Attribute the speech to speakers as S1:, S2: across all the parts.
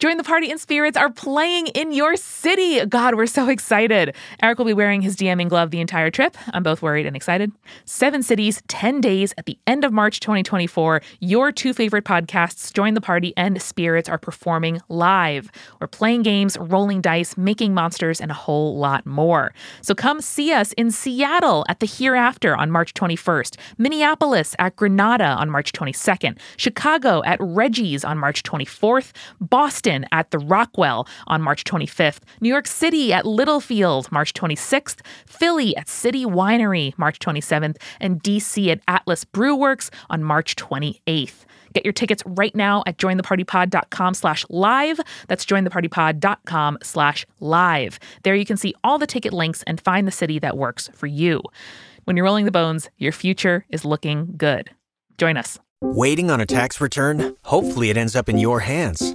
S1: Join the party and spirits are playing in your city. God, we're so excited. Eric will be wearing his DMing glove the entire trip. I'm both worried and excited. Seven cities, 10 days at the end of March 2024. Your two favorite podcasts, Join the Party and Spirits, are performing live. We're playing games, rolling dice, making monsters, and a whole lot more. So come see us in Seattle at the Hereafter on March 21st, Minneapolis at Granada on March 22nd, Chicago at Reggie's on March 24th, Boston at the Rockwell on March 25th, New York City at Littlefield March 26th, Philly at City Winery March 27th, and DC at Atlas Brewworks on March 28th. Get your tickets right now at jointhepartypod.com slash live. That's jointhepartypod.com slash live. There you can see all the ticket links and find the city that works for you. When you're rolling the bones, your future is looking good. Join us.
S2: Waiting on a tax return? Hopefully, it ends up in your hands.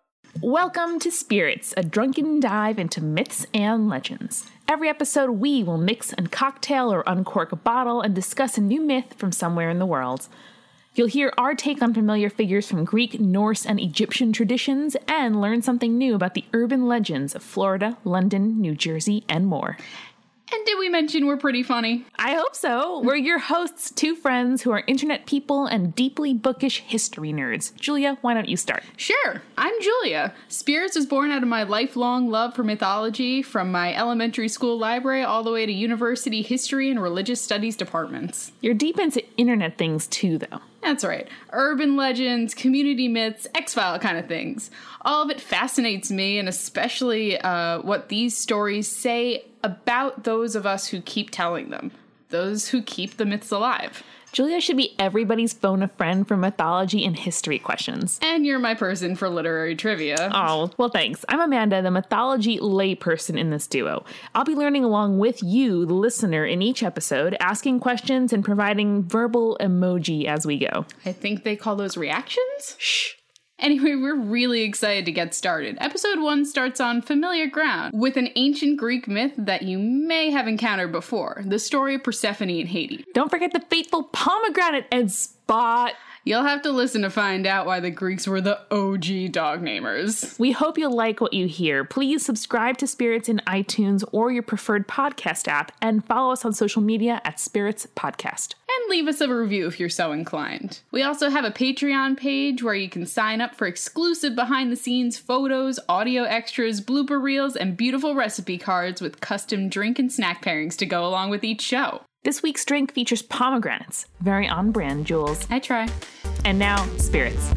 S1: Welcome to Spirits, a drunken dive into myths and legends. Every episode, we will mix and cocktail or uncork a bottle and discuss a new myth from somewhere in the world. You'll hear our take on familiar figures from Greek, Norse, and Egyptian traditions and learn something new about the urban legends of Florida, London, New Jersey, and more.
S3: And did we mention we're pretty funny?
S1: I hope so. We're your hosts, two friends who are internet people and deeply bookish history nerds. Julia, why don't you start?
S3: Sure, I'm Julia. Spirits was born out of my lifelong love for mythology from my elementary school library all the way to university history and religious studies departments.
S1: You're deep into internet things too, though.
S3: That's right. Urban legends, community myths, X File kind of things. All of it fascinates me, and especially uh, what these stories say about those of us who keep telling them, those who keep the myths alive.
S1: Julia should be everybody's phone a friend for mythology and history questions.
S3: And you're my person for literary trivia.
S1: Oh, well, thanks. I'm Amanda, the mythology layperson in this duo. I'll be learning along with you, the listener, in each episode, asking questions and providing verbal emoji as we go.
S3: I think they call those reactions?
S1: Shh.
S3: Anyway, we're really excited to get started. Episode 1 starts on familiar ground with an ancient Greek myth that you may have encountered before the story of Persephone and Hades.
S1: Don't forget the fateful pomegranate and spot.
S3: You'll have to listen to find out why the Greeks were the OG dog namers.
S1: We hope you'll like what you hear. Please subscribe to Spirits in iTunes or your preferred podcast app and follow us on social media at Spirits Podcast.
S3: And leave us a review if you're so inclined. We also have a Patreon page where you can sign up for exclusive behind the scenes photos, audio extras, blooper reels, and beautiful recipe cards with custom drink and snack pairings to go along with each show.
S1: This week's drink features pomegranates, very on brand, Jules.
S3: I try.
S1: And now, Spirits.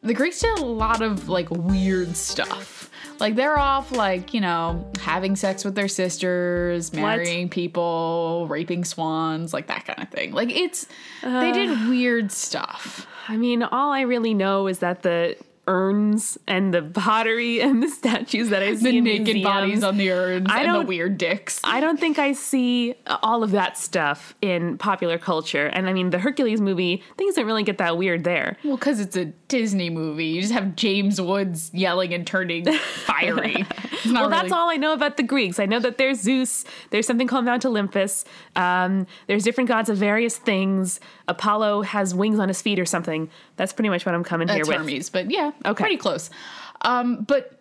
S3: The Greeks did a lot of like weird stuff. Like they're off like, you know, having sex with their sisters, marrying people, raping swans, like that kind of thing. Like it's they did weird stuff.
S1: I mean, all I really know is that the urns and the pottery and the statues that I see
S3: The
S1: in
S3: naked
S1: museums,
S3: bodies on the urns
S1: I
S3: and the
S1: don't-
S3: weird dicks.
S1: I don't think I see all of that stuff in popular culture. And I mean, the Hercules movie, things didn't really get that weird there.
S3: Well, because it's a Disney movie. You just have James Woods yelling and turning fiery. It's not
S1: well,
S3: really-
S1: that's all I know about the Greeks. I know that there's Zeus, there's something called Mount Olympus, um, there's different gods of various things. Apollo has wings on his feet or something. That's pretty much what I'm coming here
S3: That's
S1: with.
S3: Hermes, but yeah,
S1: Okay.
S3: pretty close. Um, but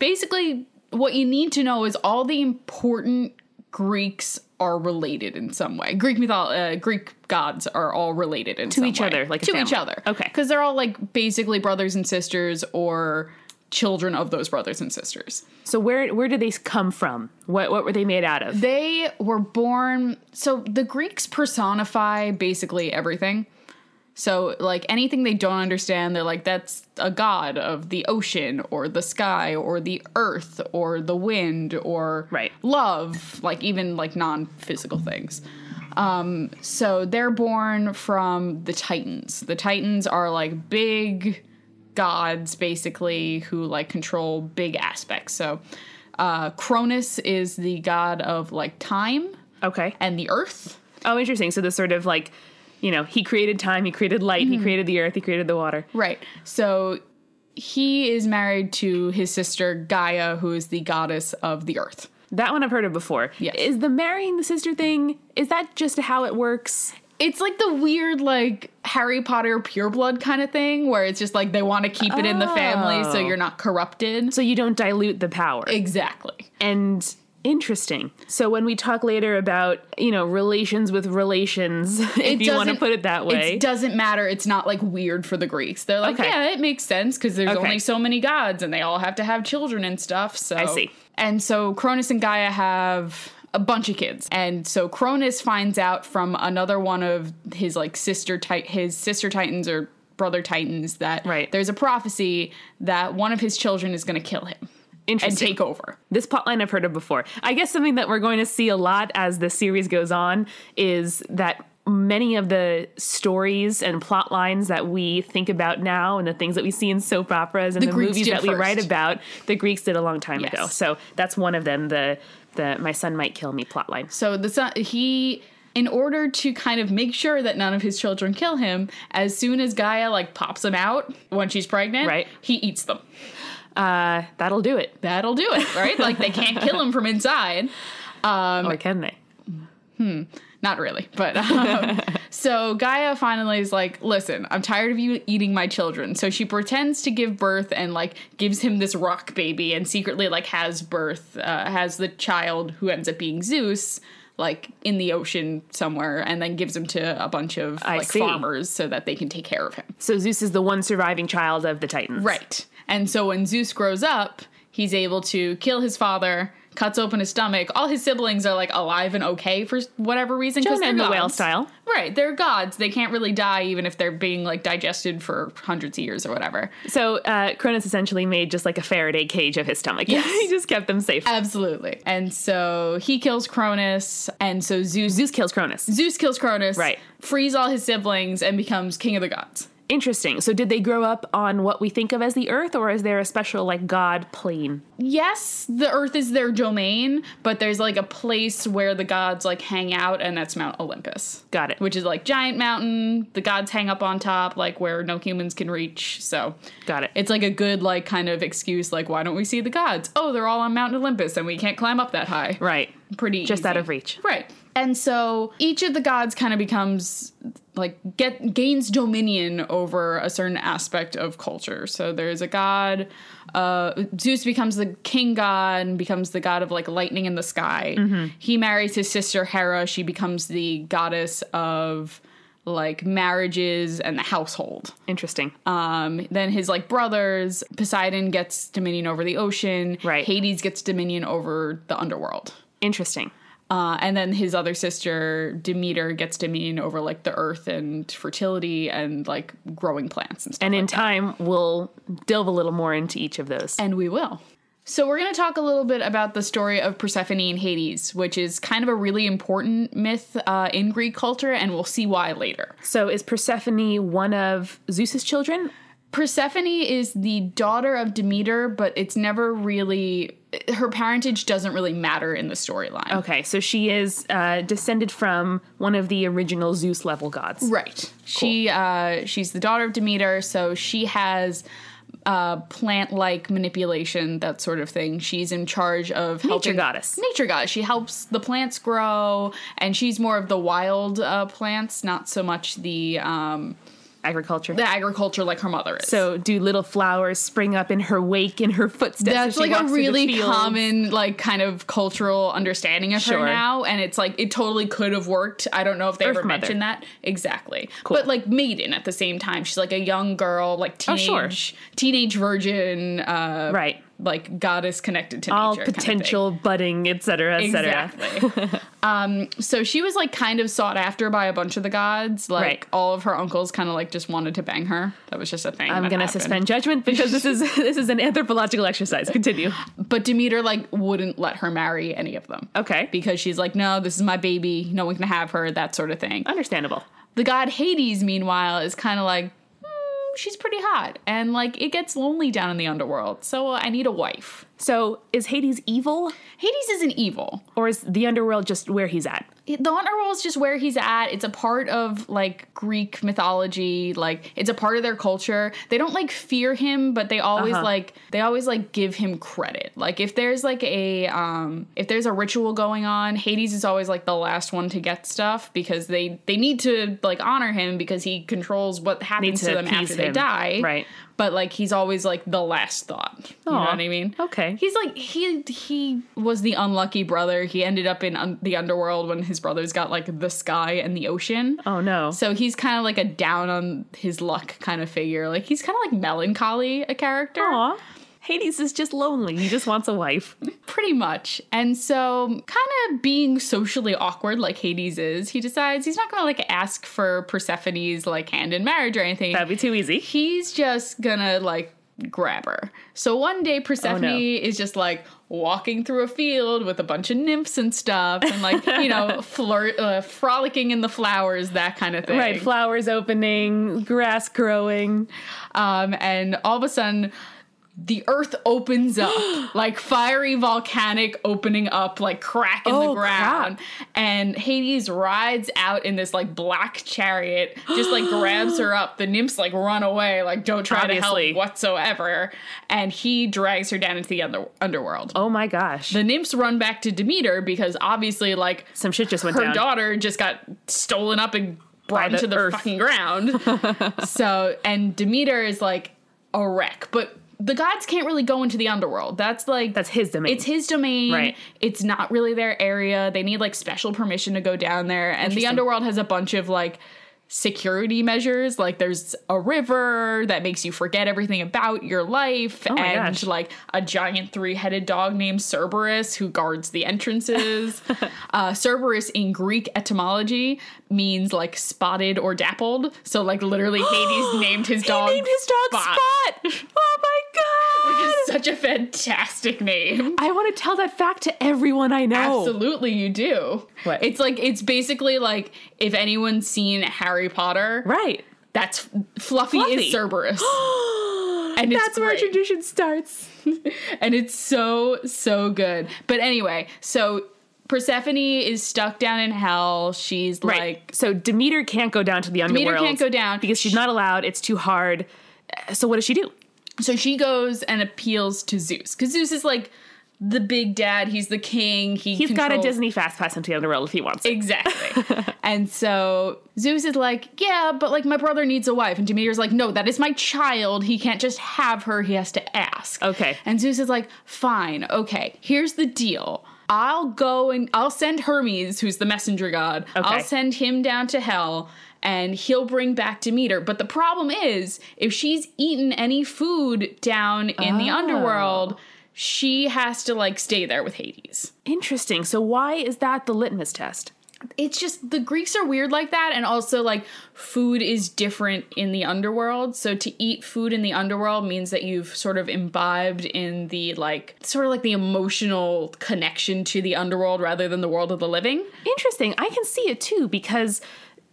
S3: basically, what you need to know is all the important Greeks are related in some way. Greek mytholo- uh, Greek gods are all related in to
S1: each other, like a
S3: to each
S1: family.
S3: other.
S1: Okay.
S3: because they're all like basically brothers and sisters or children of those brothers and sisters.
S1: So where where did they come from? What what were they made out of?
S3: They were born. So the Greeks personify basically everything. So, like anything they don't understand, they're like, that's a god of the ocean or the sky or the earth or the wind or
S1: Right.
S3: love, like even like non physical things. Um, so they're born from the Titans. The Titans are like big gods, basically, who like control big aspects. So uh, Cronus is the god of like time
S1: Okay.
S3: and the earth.
S1: Oh, interesting. So this sort of like, you know, he created time, he created light,
S3: Mm-hmm.
S1: he created the earth, he created the water.
S3: Right. So he is married to his sister Gaia, who is the goddess of the earth.
S1: That one I've heard of before.
S3: Yes.
S1: Is the marrying the sister thing, is that just how it works?
S3: It's like the weird, like Harry Potter pure blood kind of thing, where it's just like they want to keep it in the family so
S1: Oh.
S3: you're not corrupted.
S1: So you don't dilute the power.
S3: Exactly.
S1: and interesting. So when we talk later about, you know, relations with relations, if you want to
S3: doesn't-
S1: put it that way.
S3: It doesn't matter. It's not like weird for the Greeks. They're like,
S1: Okay.
S3: yeah, it makes sense because there's
S1: Okay.
S3: only so many gods and they all have to have children and stuff. So I
S1: see.
S3: And so Cronus and Gaia have a bunch of kids, and so Cronus finds out from another one of his like sister tit- his sister titans or brother titans that
S1: Right.
S3: there's a prophecy that one of his children is going to kill him and
S1: interesting.
S3: take over.
S1: this plotline I've heard of before. I guess something that we're going to see a lot as the series goes on is that many of the stories and plot lines that we think about now and the things that we see in soap operas and the,
S3: Greeks
S1: movies
S3: did
S1: that we write
S3: first.
S1: about, the Greeks did a long time
S3: Yes.
S1: ago. So that's one of them, the the my son might kill me plotline.
S3: So the son, he, in order to kind of make sure that none of his children kill him, as soon as Gaia like pops him out when she's pregnant,
S1: Right.
S3: he eats them.
S1: Uh, that'll do it.
S3: That'll do it, right? like they can't kill him from inside. Um,
S1: or can they?
S3: Not really, but um, so Gaia finally is like, "Listen, I'm tired of you eating my children." So she pretends to give birth and like gives him this rock baby, and secretly like has birth, uh, has the child who ends up being Zeus, like in the ocean somewhere, and then gives him to a bunch of
S1: I
S3: like
S1: see.
S3: farmers so that they can take care of him.
S1: So Zeus is the one surviving child of the Titans.
S3: Right. And so when Zeus grows up, he's able to kill his father, cuts open his stomach. All his siblings are like alive and okay for whatever reason. 'cause
S1: Jonah
S3: they're
S1: and the whale
S3: gods.
S1: style.
S3: Right. They're gods. They can't really die even if they're being like digested for hundreds of years or whatever.
S1: So uh, Cronus essentially made just like a Faraday cage of his stomach.
S3: Yes. Uh,
S1: he just kept them safe.
S3: Absolutely. And so he kills Cronus. And so Zeus.
S1: Zeus kills Cronus.
S3: Zeus kills Cronus,
S1: Right.
S3: frees all his siblings, and becomes king of the gods.
S1: Interesting. So did they grow up on what we think of as the earth or is there a special like god plane?
S3: Yes, the earth is their domain, but there's like a place where the gods like hang out, and that's Mount Olympus.
S1: Got it.
S3: which is like giant mountain the gods hang up on top like where no humans can reach so
S1: Got it.
S3: it's like a good like kind of excuse like why don't we see the gods oh they're all on mount olympus and we can't climb up that high
S1: right.
S3: pretty
S1: Just out
S3: easy.
S1: of reach.
S3: right and so each of the gods kind of becomes like get gains dominion over a certain aspect of culture so there's a god uh, Zeus becomes the king god and becomes the god of like lightning in the sky. He marries his sister Hera. She becomes the goddess of like marriages and the household.
S1: Interesting.
S3: Um, then his like brothers, Poseidon gets dominion over the ocean.
S1: Right.
S3: Hades gets dominion over the underworld.
S1: Interesting.
S3: Uh, and then his other sister Demeter gets dominion over like the earth and fertility and like growing plants and stuff.
S1: And in time we'll delve a little more into each of those.
S3: And we will. So, we're going to talk a little bit about the story of Persephone and Hades, which is kind of a really important myth uh, in Greek culture, and we'll see why later.
S1: so is Persephone one of Zeus's children?
S3: Persephone is the daughter of Demeter, but it's never really. Her parentage doesn't really matter in the storyline.
S1: Okay, so she is uh, descended from one of the original Zeus level gods.
S3: Right. She uh, she's the daughter of Demeter, so she has uh, plant-like manipulation, that sort of thing. She's in charge of helping,
S1: goddess.
S3: Nature goddess. She helps the plants grow, and she's more of the wild uh, plants, not so much the um,
S1: Agriculture.
S3: the agriculture like her mother is.
S1: So do little flowers spring up in her wake in her footsteps? as
S3: that's
S1: she
S3: like a
S1: walks through the
S3: really
S1: fields?
S3: common like kind of cultural understanding of
S1: Sure.
S3: her now and it's like it totally could have worked i don't know if they
S1: Earth
S3: ever
S1: Mother.
S3: mentioned that exactly but like maiden at the same time she's like a young girl like
S1: Oh,
S3: teenage
S1: sure.
S3: teenage virgin uh
S1: right?
S3: like goddess connected to
S1: all
S3: nature. kind of thing.
S1: potential budding, et cetera, et cetera.
S3: Exactly. um, so she was like kind of sought after by a bunch of the gods. Like
S1: Right.
S3: all of her uncles kind of like just wanted to bang her. That was just a thing.
S1: I'm
S3: that
S1: gonna
S3: happened.
S1: suspend judgment because this is this is an anthropological exercise. Continue.
S3: But Demeter like wouldn't let her marry any of them.
S1: Okay.
S3: Because she's like, no, this is my baby. No one can have her. That sort of thing.
S1: Understandable.
S3: The god Hades, meanwhile, is kind of like, "Hmm, she's pretty hot, and like it gets lonely down in the underworld. So I need a wife.
S1: So is Hades evil,
S3: Hades isn't evil.
S1: or is the underworld just where he's at?
S3: the underworld is just where he's at. It's a part of like Greek mythology. Like it's a part of their culture. They don't like fear him, but they always
S1: Uh-huh.
S3: like they always like give him credit. Like if there's like a um if there's a ritual going on, Hades is always like the last one to get stuff because they they need to like honor him because he controls what happens
S1: Needs
S3: to,
S1: to
S3: them after
S1: appease
S3: they
S1: him.
S3: die.
S1: Right.
S3: But like he's always like the last thought. You know
S1: Aw,
S3: what I mean?
S1: okay.
S3: He's like he he was the unlucky brother. He ended up in un- the underworld when his brothers got like the sky and the ocean.
S1: Oh no.
S3: So he's kind of like a down on his luck kind of figure. Like he's kind of like melancholy a character.
S1: Aw. Hades is just lonely. He just wants a wife.
S3: Pretty much. And so, kind of being socially awkward like Hades is, he decides he's not going to like ask for Persephone's like hand in marriage or anything.
S1: That'd be too easy.
S3: he's just gonna like grab her. So one day Persephone
S1: Oh, no.
S3: is just like walking through a field with a bunch of nymphs and stuff and like, you know, flirt uh, frolicking in the flowers, that kind of thing.
S1: Right, flowers opening, grass growing.
S3: um and all of a sudden the earth opens up like fiery volcanic opening up like crack in the
S1: Oh,
S3: ground and hades rides out in this like black chariot just like grabs her up the nymphs like run away like don't try to
S1: Obviously.
S3: help whatsoever and he drags her down into the under- underworld
S1: Oh my gosh.
S3: the nymphs run back to demeter because obviously like
S1: Some shit just went
S3: her
S1: down.
S3: daughter just got stolen up and brought
S1: the
S3: into the
S1: earth.
S3: fucking ground. so, and Demeter is like a wreck, but the gods can't really go into the underworld. That's like
S1: That's his domain.
S3: It's his domain.
S1: Right.
S3: It's not really their area. They need like special permission to go down there. And the underworld has a bunch of like security measures. Like there's a river that makes you forget everything about your life,
S1: Oh my
S3: and
S1: gosh.
S3: like a giant three-headed dog named Cerberus who guards the entrances. uh, Cerberus in Greek etymology means like spotted or dappled. So like literally Hades named his dog.
S1: Oh my
S3: Which is such a fantastic name.
S1: I want to tell that fact to everyone I know.
S3: Absolutely, you do.
S1: Oh. What?
S3: It's like it's basically like if anyone's seen Harry Potter,
S1: Right.
S3: that's Fluffy,
S1: Fluffy.
S3: is Cerberus, and it's
S1: That's where our
S3: great.
S1: tradition starts.
S3: and it's so so good. But anyway, so Persephone is stuck down in hell. She's like
S1: so Demeter can't go down to the underworld.
S3: Demeter can't go down
S1: because she's not allowed. It's too hard. Uh, So what does she do?
S3: so she goes and appeals to Zeus because Zeus is like the big dad. He's the king. He
S1: He's got a
S3: controls-
S1: Disney fast pass into the underworld if he wants. It.
S3: Exactly. and so Zeus is like, Yeah, but like my brother needs a wife. And Demeter's like, No, that is my child. He can't just have her. He has to ask.
S1: Okay.
S3: And Zeus is like, Fine. Okay. Here's the deal. I'll go and I'll send Hermes, who's the messenger god, I'll
S1: Okay.
S3: send him down to hell and he'll bring back Demeter. But the problem is, if she's eaten any food down in
S1: Oh.
S3: the underworld, she has to like stay there with Hades
S1: Interesting. So why is that the litmus test?
S3: it's just the Greeks are weird like that, and also like food is different in the underworld. So to eat food in the underworld means that you've sort of imbibed in the like sort of like the emotional connection to the underworld rather than the world of the living.
S1: Interesting. I can see it too because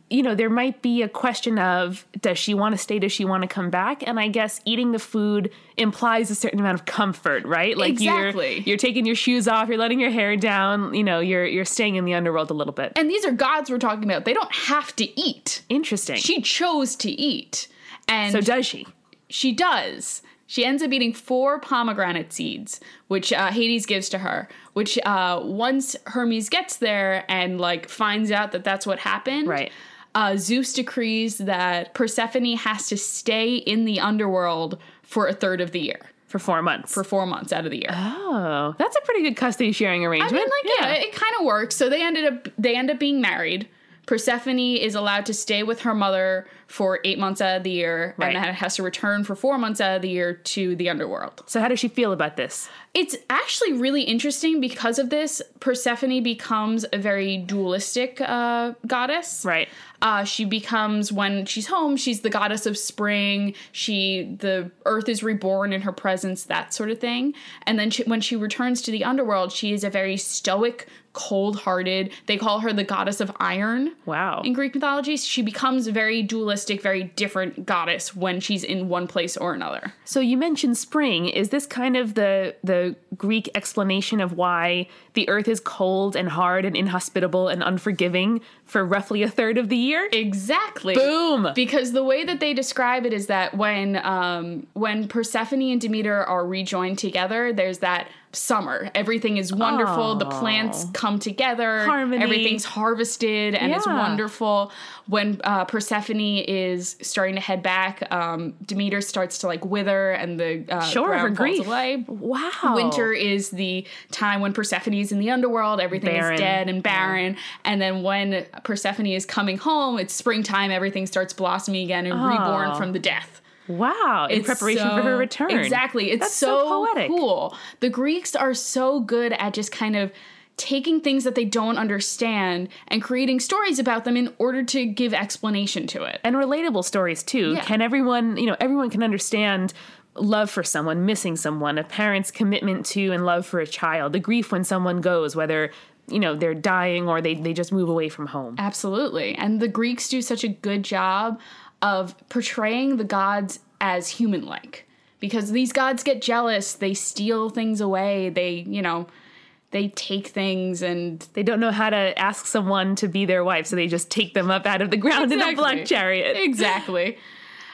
S1: you know there might be a question of does she want to stay? Does she want to come back? And I guess eating the food implies a certain amount of comfort, right? Like
S3: Exactly.
S1: you're you're taking your shoes off, you're letting your hair down. You know, you're you're staying in the underworld a little bit.
S3: And these are gods we're talking about. They don't have to eat.
S1: Interesting.
S3: She chose to eat, and
S1: so does she?
S3: she does. She ends up eating four pomegranate seeds, which uh, Hades gives to her. Which uh, once Hermes gets there and like finds out that that's what happened,
S1: Right.
S3: Uh, Zeus decrees that Persephone has to stay in the underworld for a third of the year,
S1: For four months.
S3: for four months out of the year.
S1: oh, that's a pretty good custody sharing
S3: I
S1: arrangement.
S3: mean, like yeah, it kind of works. So they ended up they end up being married. Persephone is allowed to stay with her mother for eight months out of the year,
S1: Right.
S3: and then has to return for four months out of the year to the underworld.
S1: So how does she feel about this?
S3: It's actually really interesting because of this. Persephone becomes a very dualistic uh, goddess.
S1: Right.
S3: Uh, she becomes when she's home. She's the goddess of spring. She the earth is reborn in her presence. That sort of thing. And then she, when she returns to the underworld, she is a very stoic, cold-hearted. They call her the goddess of iron.
S1: Wow.
S3: In Greek mythology, she becomes a very dualistic, very different goddess when she's in one place or another.
S1: So you mentioned spring. Is this kind of the the Greek explanation of why the earth is cold and hard and inhospitable and unforgiving for roughly a third of the year?
S3: Exactly.
S1: Boom.
S3: Because the way that they describe it is that when um, when Persephone and Demeter are rejoined together, there's that summer. Everything is wonderful. The plants come together.
S1: Harmony.
S3: Everything's harvested and it's
S1: Yeah.
S3: wonderful. When uh, Persephone is starting to head back, um, Demeter starts to like wither and the uh,
S1: Sure, her
S3: ground falls
S1: grief.
S3: away.
S1: Wow.
S3: Winter is the time when Persephone is in the underworld, everything
S1: Barren.
S3: is dead and barren. And then when Persephone is coming home, it's springtime, everything starts blossoming again and reborn from the death.
S1: Wow. Oh. In
S3: It's
S1: preparation for her
S3: so-
S1: return.
S3: Exactly. It's
S1: That's
S3: so,
S1: so poetic.
S3: cool. The Greeks are so good at just kind of taking things that they don't understand and creating stories about them in order to give explanation to it.
S1: and relatable stories too.
S3: Yeah.
S1: Can everyone, you know, everyone can understand love for someone, missing someone, a parent's commitment to and love for a child, the grief when someone goes, whether, you know, they're dying or they, they just move away from home.
S3: Absolutely. And the Greeks do such a good job of portraying the gods as human like because these gods get jealous, they steal things away, they, you know, they take things and
S1: They don't know how to ask someone to be their wife, so they just take them up out of the ground in a
S3: Exactly.
S1: black chariot.
S3: exactly.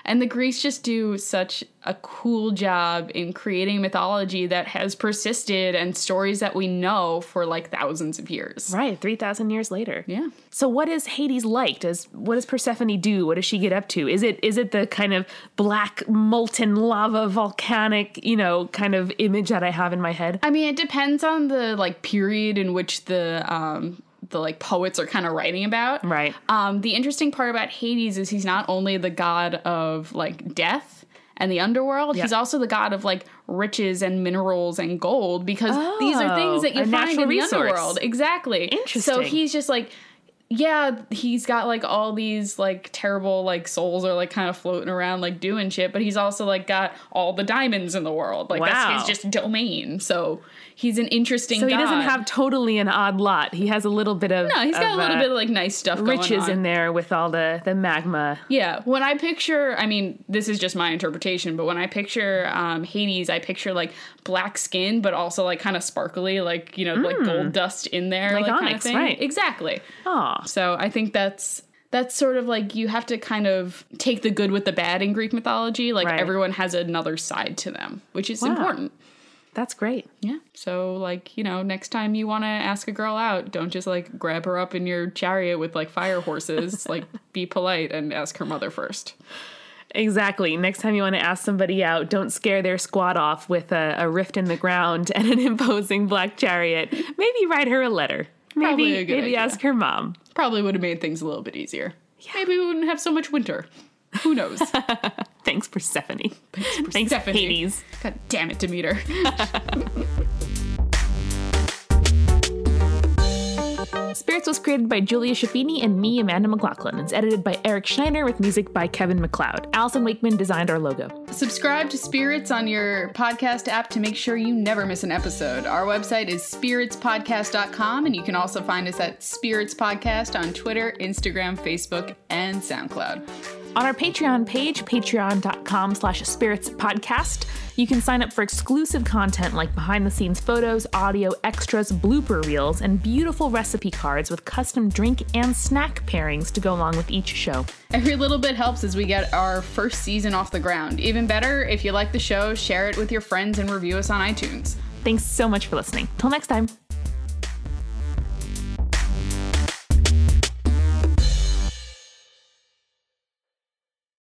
S3: And the Greeks just do such a cool job in creating mythology that has persisted and stories that we know for like thousands of years.
S1: Right, 3,000 years later.
S3: Yeah.
S1: So what is Hades like? Does what does Persephone do? What does she get up to? Is it is it the kind of black molten lava volcanic, you know, kind of image that I have in my head?
S3: I mean, it depends on the like period in which the um the like poets are kind of writing about.
S1: Right.
S3: Um the interesting part about Hades is he's not only the god of like death and the underworld, he's also the god of like riches and minerals and gold because these are things that you
S1: Oh, a
S3: find
S1: natural
S3: in the
S1: resource.
S3: underworld. Exactly. So
S1: Interesting.
S3: he's just like yeah, he's got like all these like terrible like souls are like kind of floating around like doing shit, but he's also like got all the diamonds in the world. Like
S1: Wow.
S3: that's his just domain. So he's an interesting.
S1: So he doesn't
S3: god.
S1: have totally an odd lot. He has a little bit of
S3: No, he's got a
S1: of,
S3: little
S1: uh,
S3: bit of like nice stuff.
S1: riches
S3: going on.
S1: in there with all the the magma.
S3: Yeah, when I picture, I mean, this is just my interpretation, but when I picture um, Hades, I picture like black skin, but also like kind of sparkly, like you know, like gold dust in there,
S1: Like
S3: like, kind of
S1: onyx,
S3: thing.
S1: Hmm. right.
S3: Exactly.
S1: Aw.
S3: So I think that's that's sort of like you have to kind of take the good with the bad in Greek mythology. Like
S1: Right.
S3: everyone has another side to them, which is
S1: Wow.
S3: important.
S1: That's great.
S3: Yeah. So, like, you know, next time you want to ask a girl out, don't just like grab her up in your chariot with like fire horses. like, be polite and ask her mother first.
S1: Exactly. Next time you want to ask somebody out, don't scare their squad off with a, a rift in the ground and an imposing black chariot. Maybe write her a letter. Maybe
S3: Probably a good
S1: maybe
S3: idea.
S1: ask her mom.
S3: Probably would have made things a little bit easier. Maybe we wouldn't have so much winter. Who knows?
S1: Thanks, Persephone. Thanks, Thanks
S3: Persephone.
S1: Hades.
S3: God damn it, Demeter.
S1: Spirits was created by Julia Shaffini and me, Amanda McLaughlin. It's edited by Eric Schneider with music by Kevin McLeod. Allison Wakeman designed our logo.
S3: Subscribe to Spirits on your podcast app to make sure you never miss an episode. Our website is spiritspodcast.com, and you can also find us at Spirits Podcast on Twitter, Instagram, Facebook, and SoundCloud.
S1: On our Patreon page, patreon.com slash spirits podcast, you can sign up for exclusive content like behind the scenes photos, audio extras, blooper reels, and beautiful recipe cards with custom drink and snack pairings to go along with each show.
S3: Every little bit helps as we get our first season off the ground. Even better, if you like the show, share it with your friends and review us on iTunes.
S1: Thanks so much for listening. Till next time.